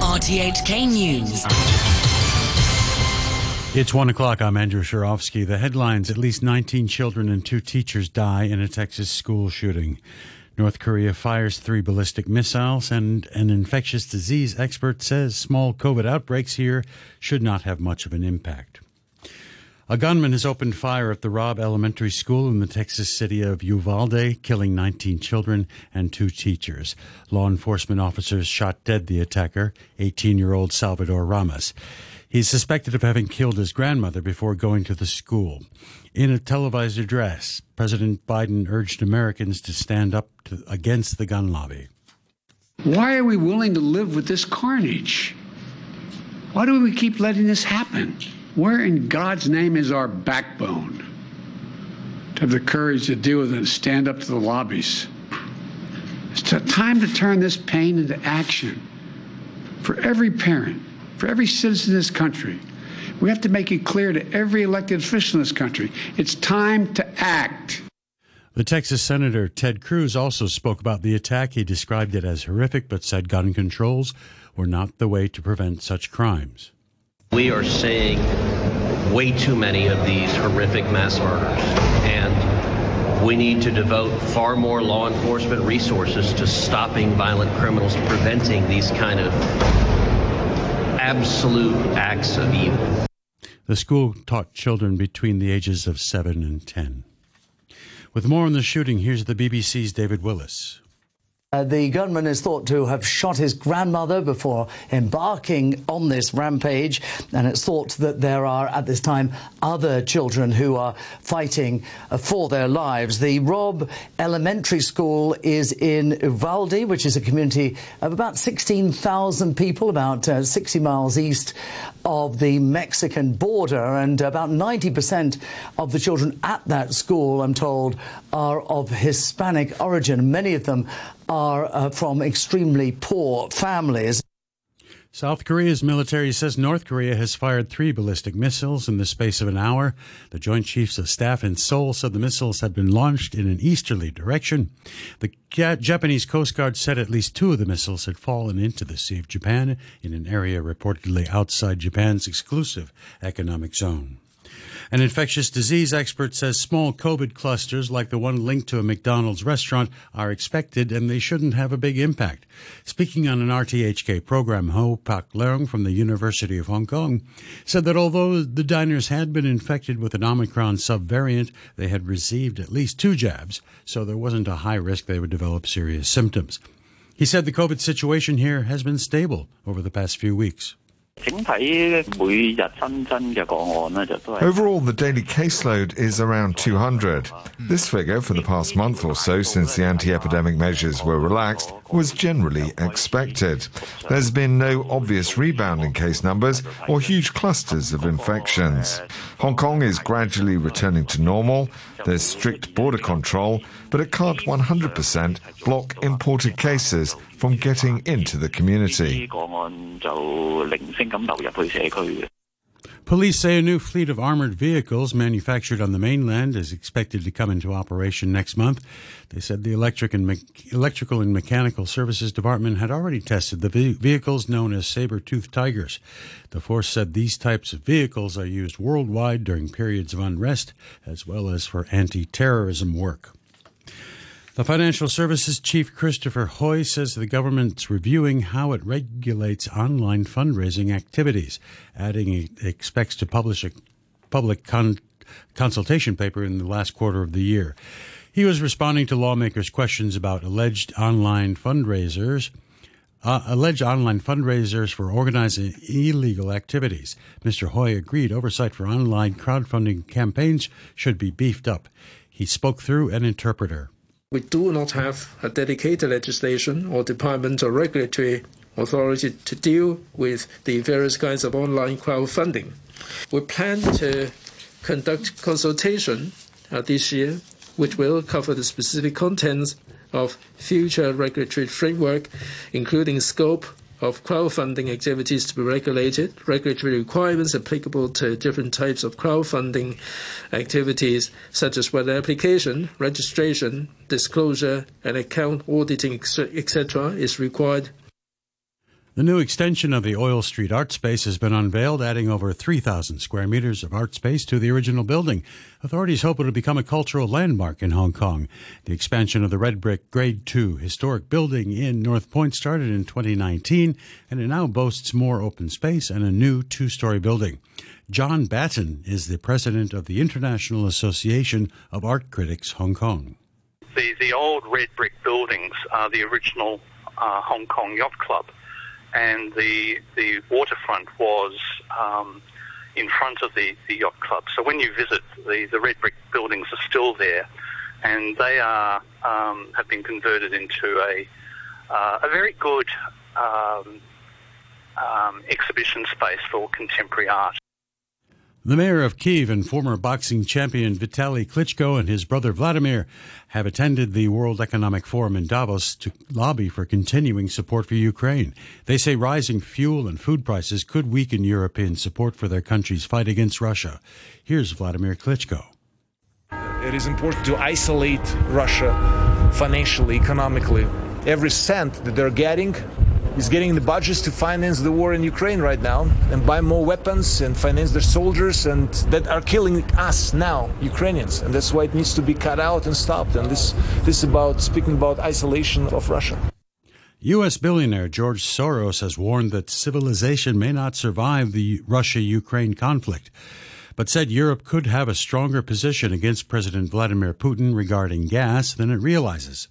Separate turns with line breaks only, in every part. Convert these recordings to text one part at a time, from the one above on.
RTHK News.
It's one o'clock. I'm Andrew Sharofsky. The headlines at least 19 children and two teachers die in a Texas school shooting. North Korea fires three ballistic missiles, and an infectious disease expert says small COVID outbreaks here should not have much of an impact. A gunman has opened fire at the Robb Elementary School in the Texas city of Uvalde, killing 19 children and two teachers. Law enforcement officers shot dead the attacker, 18 year old Salvador Ramos. He's suspected of having killed his grandmother before going to the school. In a televised address, President Biden urged Americans to stand up to, against the gun lobby.
Why are we willing to live with this carnage? Why do we keep letting this happen? Where in God's name is our backbone to have the courage to deal with it and stand up to the lobbies? It's time to turn this pain into action for every parent, for every citizen in this country. We have to make it clear to every elected official in this country it's time to act.
The Texas Senator Ted Cruz also spoke about the attack. He described it as horrific, but said gun controls were not the way to prevent such crimes.
We are seeing way too many of these horrific mass murders, and we need to devote far more law enforcement resources to stopping violent criminals, to preventing these kind of absolute acts of evil.
The school taught children between the ages of 7 and 10. With more on the shooting, here's the BBC's David Willis.
Uh, the gunman is thought to have shot his grandmother before embarking on this rampage, and it's thought that there are at this time other children who are fighting uh, for their lives. The Rob Elementary School is in Uvalde, which is a community of about 16,000 people, about uh, 60 miles east of the Mexican border, and about 90% of the children at that school, I'm told, are of Hispanic origin. Many of them are uh, from extremely poor families.
South Korea's military says North Korea has fired three ballistic missiles in the space of an hour. The Joint Chiefs of Staff in Seoul said the missiles had been launched in an easterly direction. The Japanese Coast Guard said at least two of the missiles had fallen into the Sea of Japan in an area reportedly outside Japan's exclusive economic zone. An infectious disease expert says small COVID clusters like the one linked to a McDonald's restaurant are expected and they shouldn't have a big impact. Speaking on an RTHK program, Ho Pak Leung from the University of Hong Kong said that although the diners had been infected with an Omicron subvariant, they had received at least two jabs, so there wasn't a high risk they would develop serious symptoms. He said the COVID situation here has been stable over the past few weeks.
Overall, the daily caseload is around 200. This figure, for the past month or so since the anti epidemic measures were relaxed, was generally expected. There's been no obvious rebound in case numbers or huge clusters of infections. Hong Kong is gradually returning to normal. There's strict border control, but it can't 100% block imported cases from getting into the community.
Police say a new fleet of armored vehicles manufactured on the mainland is expected to come into operation next month. They said the electric and me- electrical and mechanical services department had already tested the ve- vehicles known as saber-toothed tigers. The force said these types of vehicles are used worldwide during periods of unrest as well as for anti-terrorism work. The Financial Services Chief Christopher Hoy says the government's reviewing how it regulates online fundraising activities, adding it expects to publish a public con- consultation paper in the last quarter of the year. He was responding to lawmakers' questions about alleged online fundraisers. Uh, alleged online fundraisers for organizing illegal activities. Mr. Hoy agreed oversight for online crowdfunding campaigns should be beefed up. He spoke through an interpreter.
We do not have a dedicated legislation or department or regulatory authority to deal with the various kinds of online crowdfunding. We plan to conduct consultation uh, this year, which will cover the specific contents of future regulatory framework, including scope of crowdfunding activities to be regulated, regulatory requirements applicable to different types of crowdfunding activities, such as whether application, registration, disclosure, and account auditing, etc., is required.
The new extension of the Oil Street Art Space has been unveiled, adding over 3,000 square meters of art space to the original building. Authorities hope it will become a cultural landmark in Hong Kong. The expansion of the red brick Grade 2 historic building in North Point started in 2019, and it now boasts more open space and a new two story building. John Batten is the president of the International Association of Art Critics Hong Kong.
The, the old red brick buildings are the original uh, Hong Kong Yacht Club, and the, the waterfront was um, in front of the, the yacht club. So when you visit, the, the red brick buildings are still there, and they are um, have been converted into a, uh, a very good um, exhibition space for contemporary art.
The mayor of Kiev and former boxing champion Vitaly Klitschko and his brother Vladimir have attended the World Economic Forum in Davos to lobby for continuing support for Ukraine. They say rising fuel and food prices could weaken European support for their country's fight against Russia. Here's Vladimir Klitschko.
It is important to isolate Russia financially, economically. Every cent that they're getting is getting the budgets to finance the war in Ukraine right now and buy more weapons and finance their soldiers and that are killing us now, Ukrainians. And that's why it needs to be cut out and stopped. And this this is about speaking about isolation of Russia.
U.S. billionaire George Soros has warned that civilization may not survive the Russia Ukraine conflict, but said Europe could have a stronger position against President Vladimir Putin regarding gas than it realizes.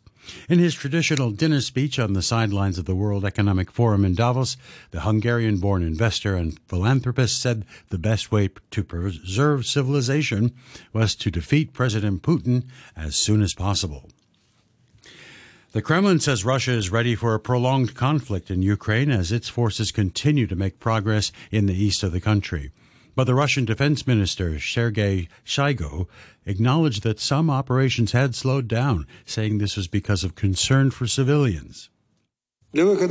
In his traditional dinner speech on the sidelines of the World Economic Forum in Davos, the Hungarian born investor and philanthropist said the best way to preserve civilization was to defeat President Putin as soon as possible. The Kremlin says Russia is ready for a prolonged conflict in Ukraine as its forces continue to make progress in the east of the country. But the Russian Defense Minister Sergei Shoigu acknowledged that some operations had slowed down, saying this was because of concern for civilians.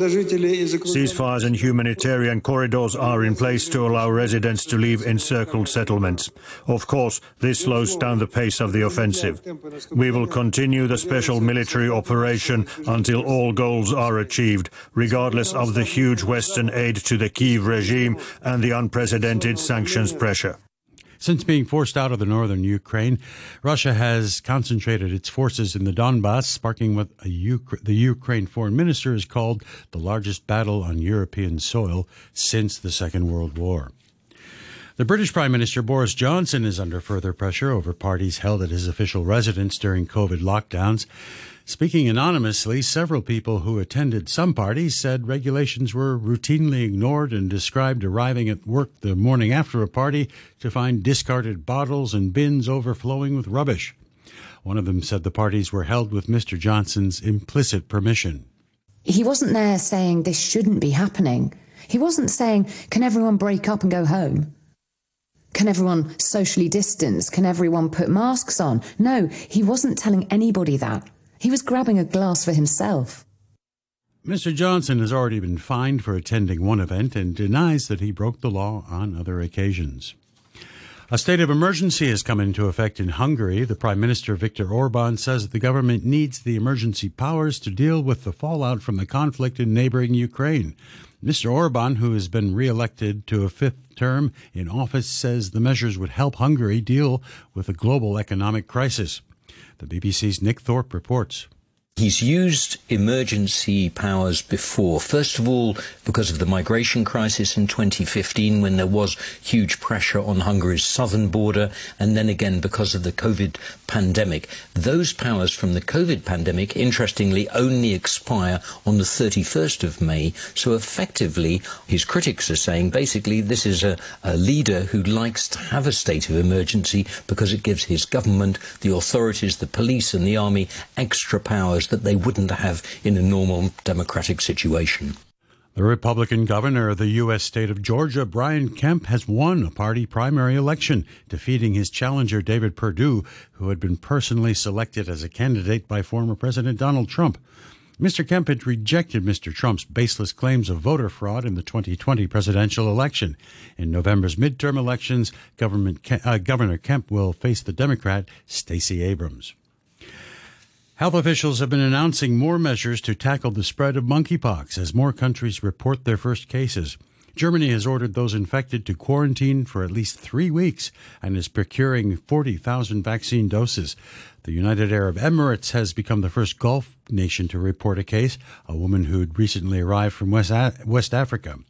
Ceasefires and humanitarian corridors are in place to allow residents to leave encircled settlements. Of course, this slows down the pace of the offensive. We will continue the special military operation until all goals are achieved, regardless of the huge Western aid to the Kiev regime and the unprecedented sanctions pressure.
Since being forced out of the northern Ukraine, Russia has concentrated its forces in the Donbass, sparking what Ukra- the Ukraine foreign minister has called the largest battle on European soil since the Second World War. The British Prime Minister Boris Johnson is under further pressure over parties held at his official residence during COVID lockdowns. Speaking anonymously, several people who attended some parties said regulations were routinely ignored and described arriving at work the morning after a party to find discarded bottles and bins overflowing with rubbish. One of them said the parties were held with Mr. Johnson's implicit permission.
He wasn't there saying this shouldn't be happening. He wasn't saying, can everyone break up and go home? Can everyone socially distance? Can everyone put masks on? No, he wasn't telling anybody that. He was grabbing a glass for himself.
Mr. Johnson has already been fined for attending one event and denies that he broke the law on other occasions. A state of emergency has come into effect in Hungary. The Prime Minister Viktor Orban says that the government needs the emergency powers to deal with the fallout from the conflict in neighboring Ukraine. Mr. Orban, who has been re elected to a fifth term in office, says the measures would help Hungary deal with the global economic crisis. The BBC's Nick Thorpe reports.
He's used emergency powers before. First of all, because of the migration crisis in 2015, when there was huge pressure on Hungary's southern border, and then again because of the COVID pandemic. Those powers from the COVID pandemic, interestingly, only expire on the 31st of May. So effectively, his critics are saying basically this is a, a leader who likes to have a state of emergency because it gives his government, the authorities, the police, and the army extra powers that they wouldn't have in a normal democratic situation.
The Republican governor of the U.S. state of Georgia, Brian Kemp, has won a party primary election, defeating his challenger, David Perdue, who had been personally selected as a candidate by former President Donald Trump. Mr. Kemp had rejected Mr. Trump's baseless claims of voter fraud in the 2020 presidential election. In November's midterm elections, Ke- uh, Governor Kemp will face the Democrat, Stacey Abrams. Health officials have been announcing more measures to tackle the spread of monkeypox as more countries report their first cases. Germany has ordered those infected to quarantine for at least three weeks and is procuring 40,000 vaccine doses. The United Arab Emirates has become the first Gulf nation to report a case, a woman who'd recently arrived from West, a- West Africa.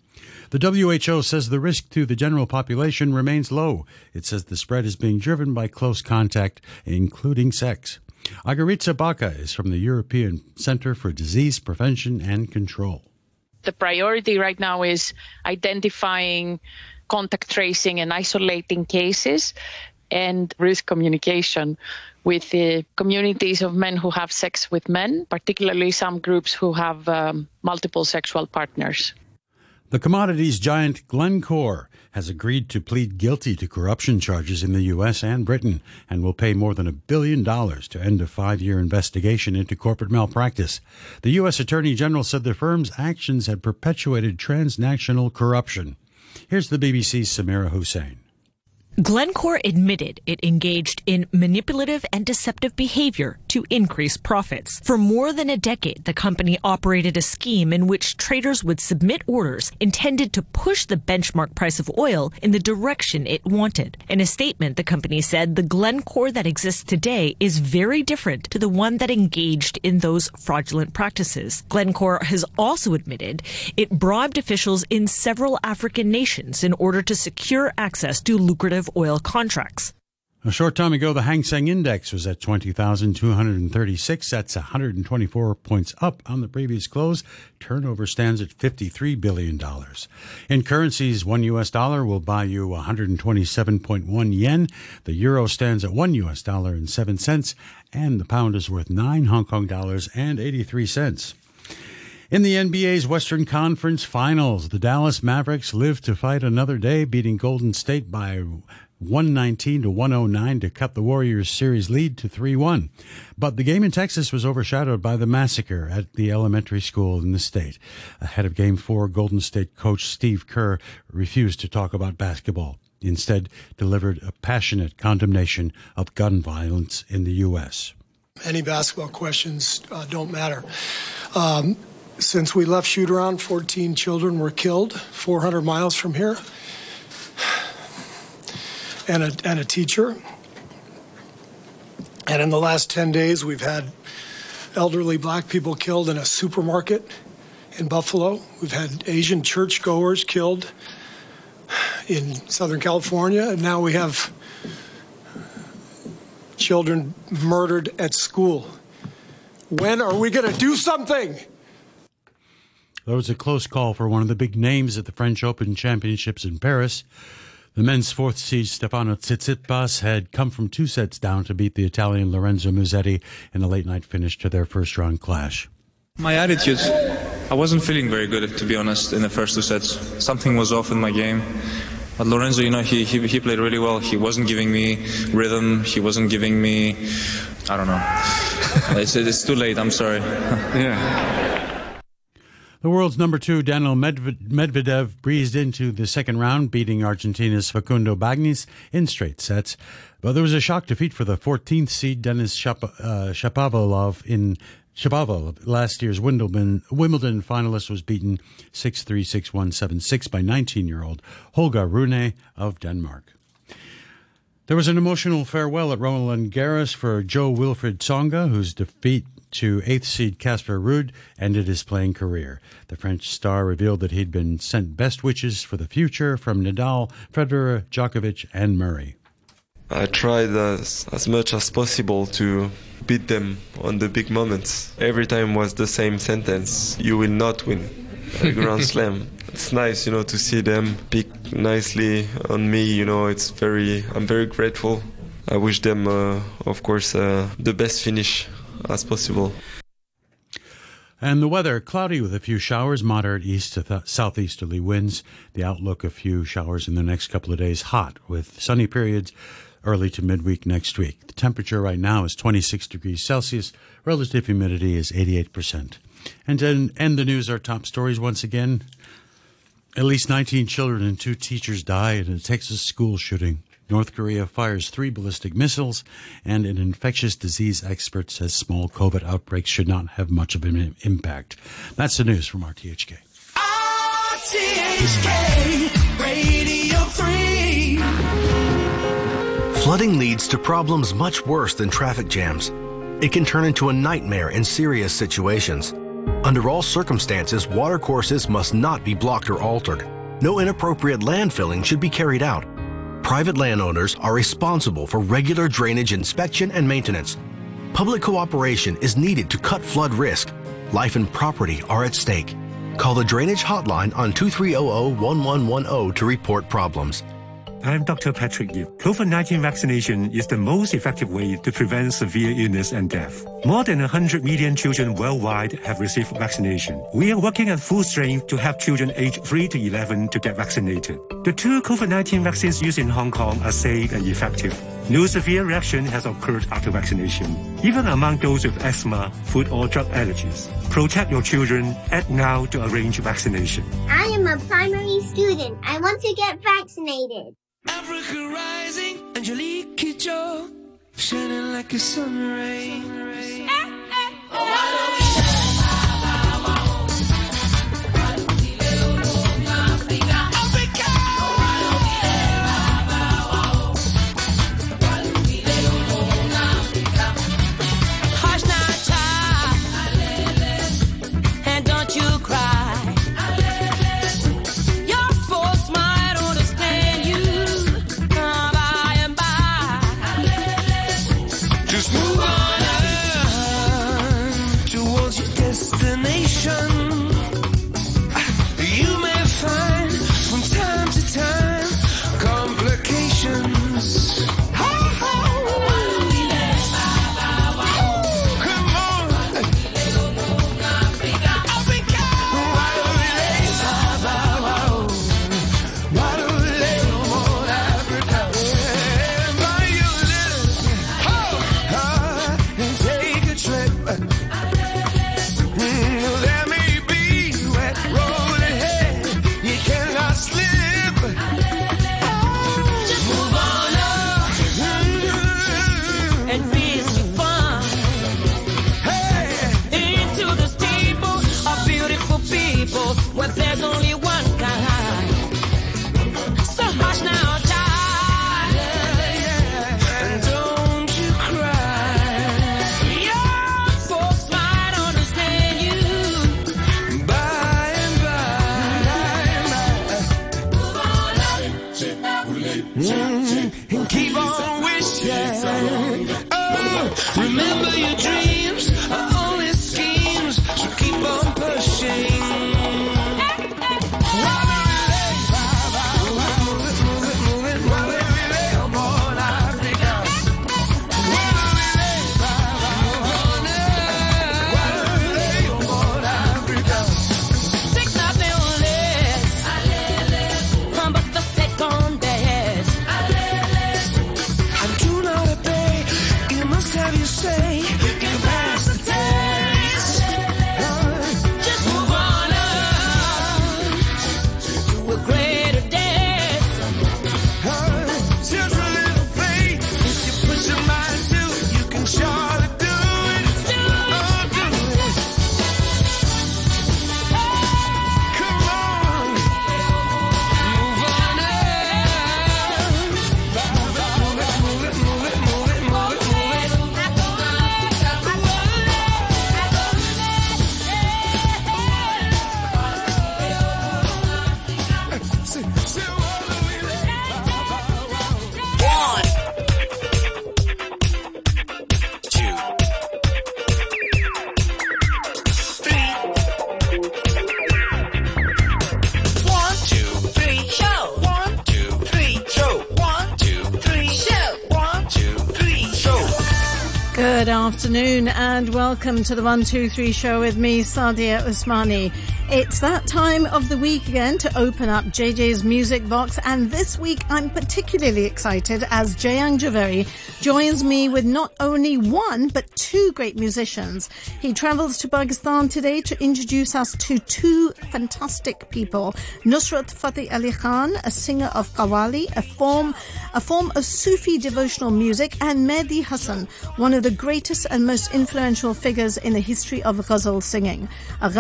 The WHO says the risk to the general population remains low. It says the spread is being driven by close contact, including sex. Agaritza Baca is from the European Center for Disease Prevention and Control.
The priority right now is identifying contact tracing and isolating cases and risk communication with the communities of men who have sex with men, particularly some groups who have um, multiple sexual partners.
The commodities giant Glencore has agreed to plead guilty to corruption charges in the U.S. and Britain and will pay more than a billion dollars to end a five year investigation into corporate malpractice. The U.S. Attorney General said the firm's actions had perpetuated transnational corruption. Here's the BBC's Samira Hussein.
Glencore admitted it engaged in manipulative and deceptive behavior to increase profits. For more than a decade, the company operated a scheme in which traders would submit orders intended to push the benchmark price of oil in the direction it wanted. In a statement, the company said the Glencore that exists today is very different to the one that engaged in those fraudulent practices. Glencore has also admitted it bribed officials in several African nations in order to secure access to lucrative oil contracts.
A short time ago, the Hang Seng Index was at 20,236. That's 124 points up on the previous close. Turnover stands at $53 billion. In currencies, one US dollar will buy you 127.1 yen. The euro stands at one US dollar and seven cents. And the pound is worth nine Hong Kong dollars and 83 cents. In the NBA's Western Conference Finals, the Dallas Mavericks lived to fight another day, beating Golden State by 119 to 109 to cut the Warriors' series lead to 3 1. But the game in Texas was overshadowed by the massacre at the elementary school in the state. Ahead of Game 4, Golden State coach Steve Kerr refused to talk about basketball. Instead, delivered a passionate condemnation of gun violence in the U.S.
Any basketball questions uh, don't matter. Um, since we left shoot around, 14 children were killed 400 miles from here, and a, and a teacher. And in the last 10 days, we've had elderly black people killed in a supermarket in Buffalo. We've had Asian churchgoers killed in Southern California. And now we have children murdered at school. When are we going to do something?
There was a close call for one of the big names at the French Open Championships in Paris. The men's fourth seed Stefano Tsitsipas had come from two sets down to beat the Italian Lorenzo Musetti in a late night finish to their first round clash.
My attitude, I wasn't feeling very good, to be honest, in the first two sets. Something was off in my game. But Lorenzo, you know, he, he, he played really well. He wasn't giving me rhythm. He wasn't giving me, I don't know. it's, it's too late, I'm sorry.
yeah. The world's number two, Daniel Medvedev, breezed into the second round, beating Argentina's Facundo Bagnis in straight sets. But there was a shock defeat for the 14th seed, Denis Shap- uh, Shapovalov, in Shapovalov. Last year's Wimbledon, Wimbledon finalist was beaten 6 3 6 1 7 6 by 19 year old Holger Rune of Denmark. There was an emotional farewell at Roland Garros for Joe Wilfred Tsonga, whose defeat to eighth seed Casper Ruud ended his playing career. The French star revealed that he'd been sent best wishes for the future from Nadal, Federer, Djokovic, and Murray.
I tried as, as much as possible to beat them on the big moments. Every time was the same sentence you will not win a Grand Slam. It's nice, you know, to see them pick nicely on me. You know, it's very, I'm very grateful. I wish them, uh, of course, uh, the best finish as possible.
And the weather cloudy with a few showers, moderate east to th- southeasterly winds. The outlook a few showers in the next couple of days, hot with sunny periods early to midweek next week. The temperature right now is 26 degrees Celsius, relative humidity is 88%. And then end the news our top stories once again. At least 19 children and two teachers die in a Texas school shooting. North Korea fires three ballistic missiles, and an infectious disease expert says small COVID outbreaks should not have much of an impact. That's the news from RTHK.
RTHK Radio 3.
Flooding leads to problems much worse than traffic jams. It can turn into a nightmare in serious situations. Under all circumstances, water courses must not be blocked or altered. No inappropriate landfilling should be carried out. Private landowners are responsible for regular drainage inspection and maintenance. Public cooperation is needed to cut flood risk. Life and property are at stake. Call the Drainage Hotline on 2300 1110 to report problems.
I'm Dr. Patrick Yu. COVID 19 vaccination is the most effective way to prevent severe illness and death. More than 100 million children worldwide have received vaccination. We are working at full strength to help children aged 3 to 11 to get vaccinated. The two COVID 19 vaccines used in Hong Kong are safe and effective. No severe reaction has occurred after vaccination, even among those with asthma, food or drug allergies. Protect your children. Act now to arrange vaccination.
I am a primary student. I want to get vaccinated.
Africa Rising, Angelique Kidjo, shining like a sun ray. Oh, why don't we share our love? Why don't we live on Africa? Africa! Oh, why don't we share our love? Why don't we live on Africa? Hush now, child, and don't you cry. Your folks might understand you uh, by and by. Just move on up towards your destination. You may find from time to time complications. Oh, oh. Come on. Take a trip. Mm, Let me Good afternoon and welcome to the 123 show with me, Sadia Usmani. It's that time of the week again to open up JJ's music box and this week I'm particularly excited as Jayang Javeri joins me with not only one but two great musicians. He travels to Pakistan today to introduce us to two fantastic people. Nusrat Fateh Ali Khan, a singer of Qawwali, a form, a form of Sufi devotional music and Mehdi Hassan, one of the greatest and most influential figures in the history of ghazal singing. A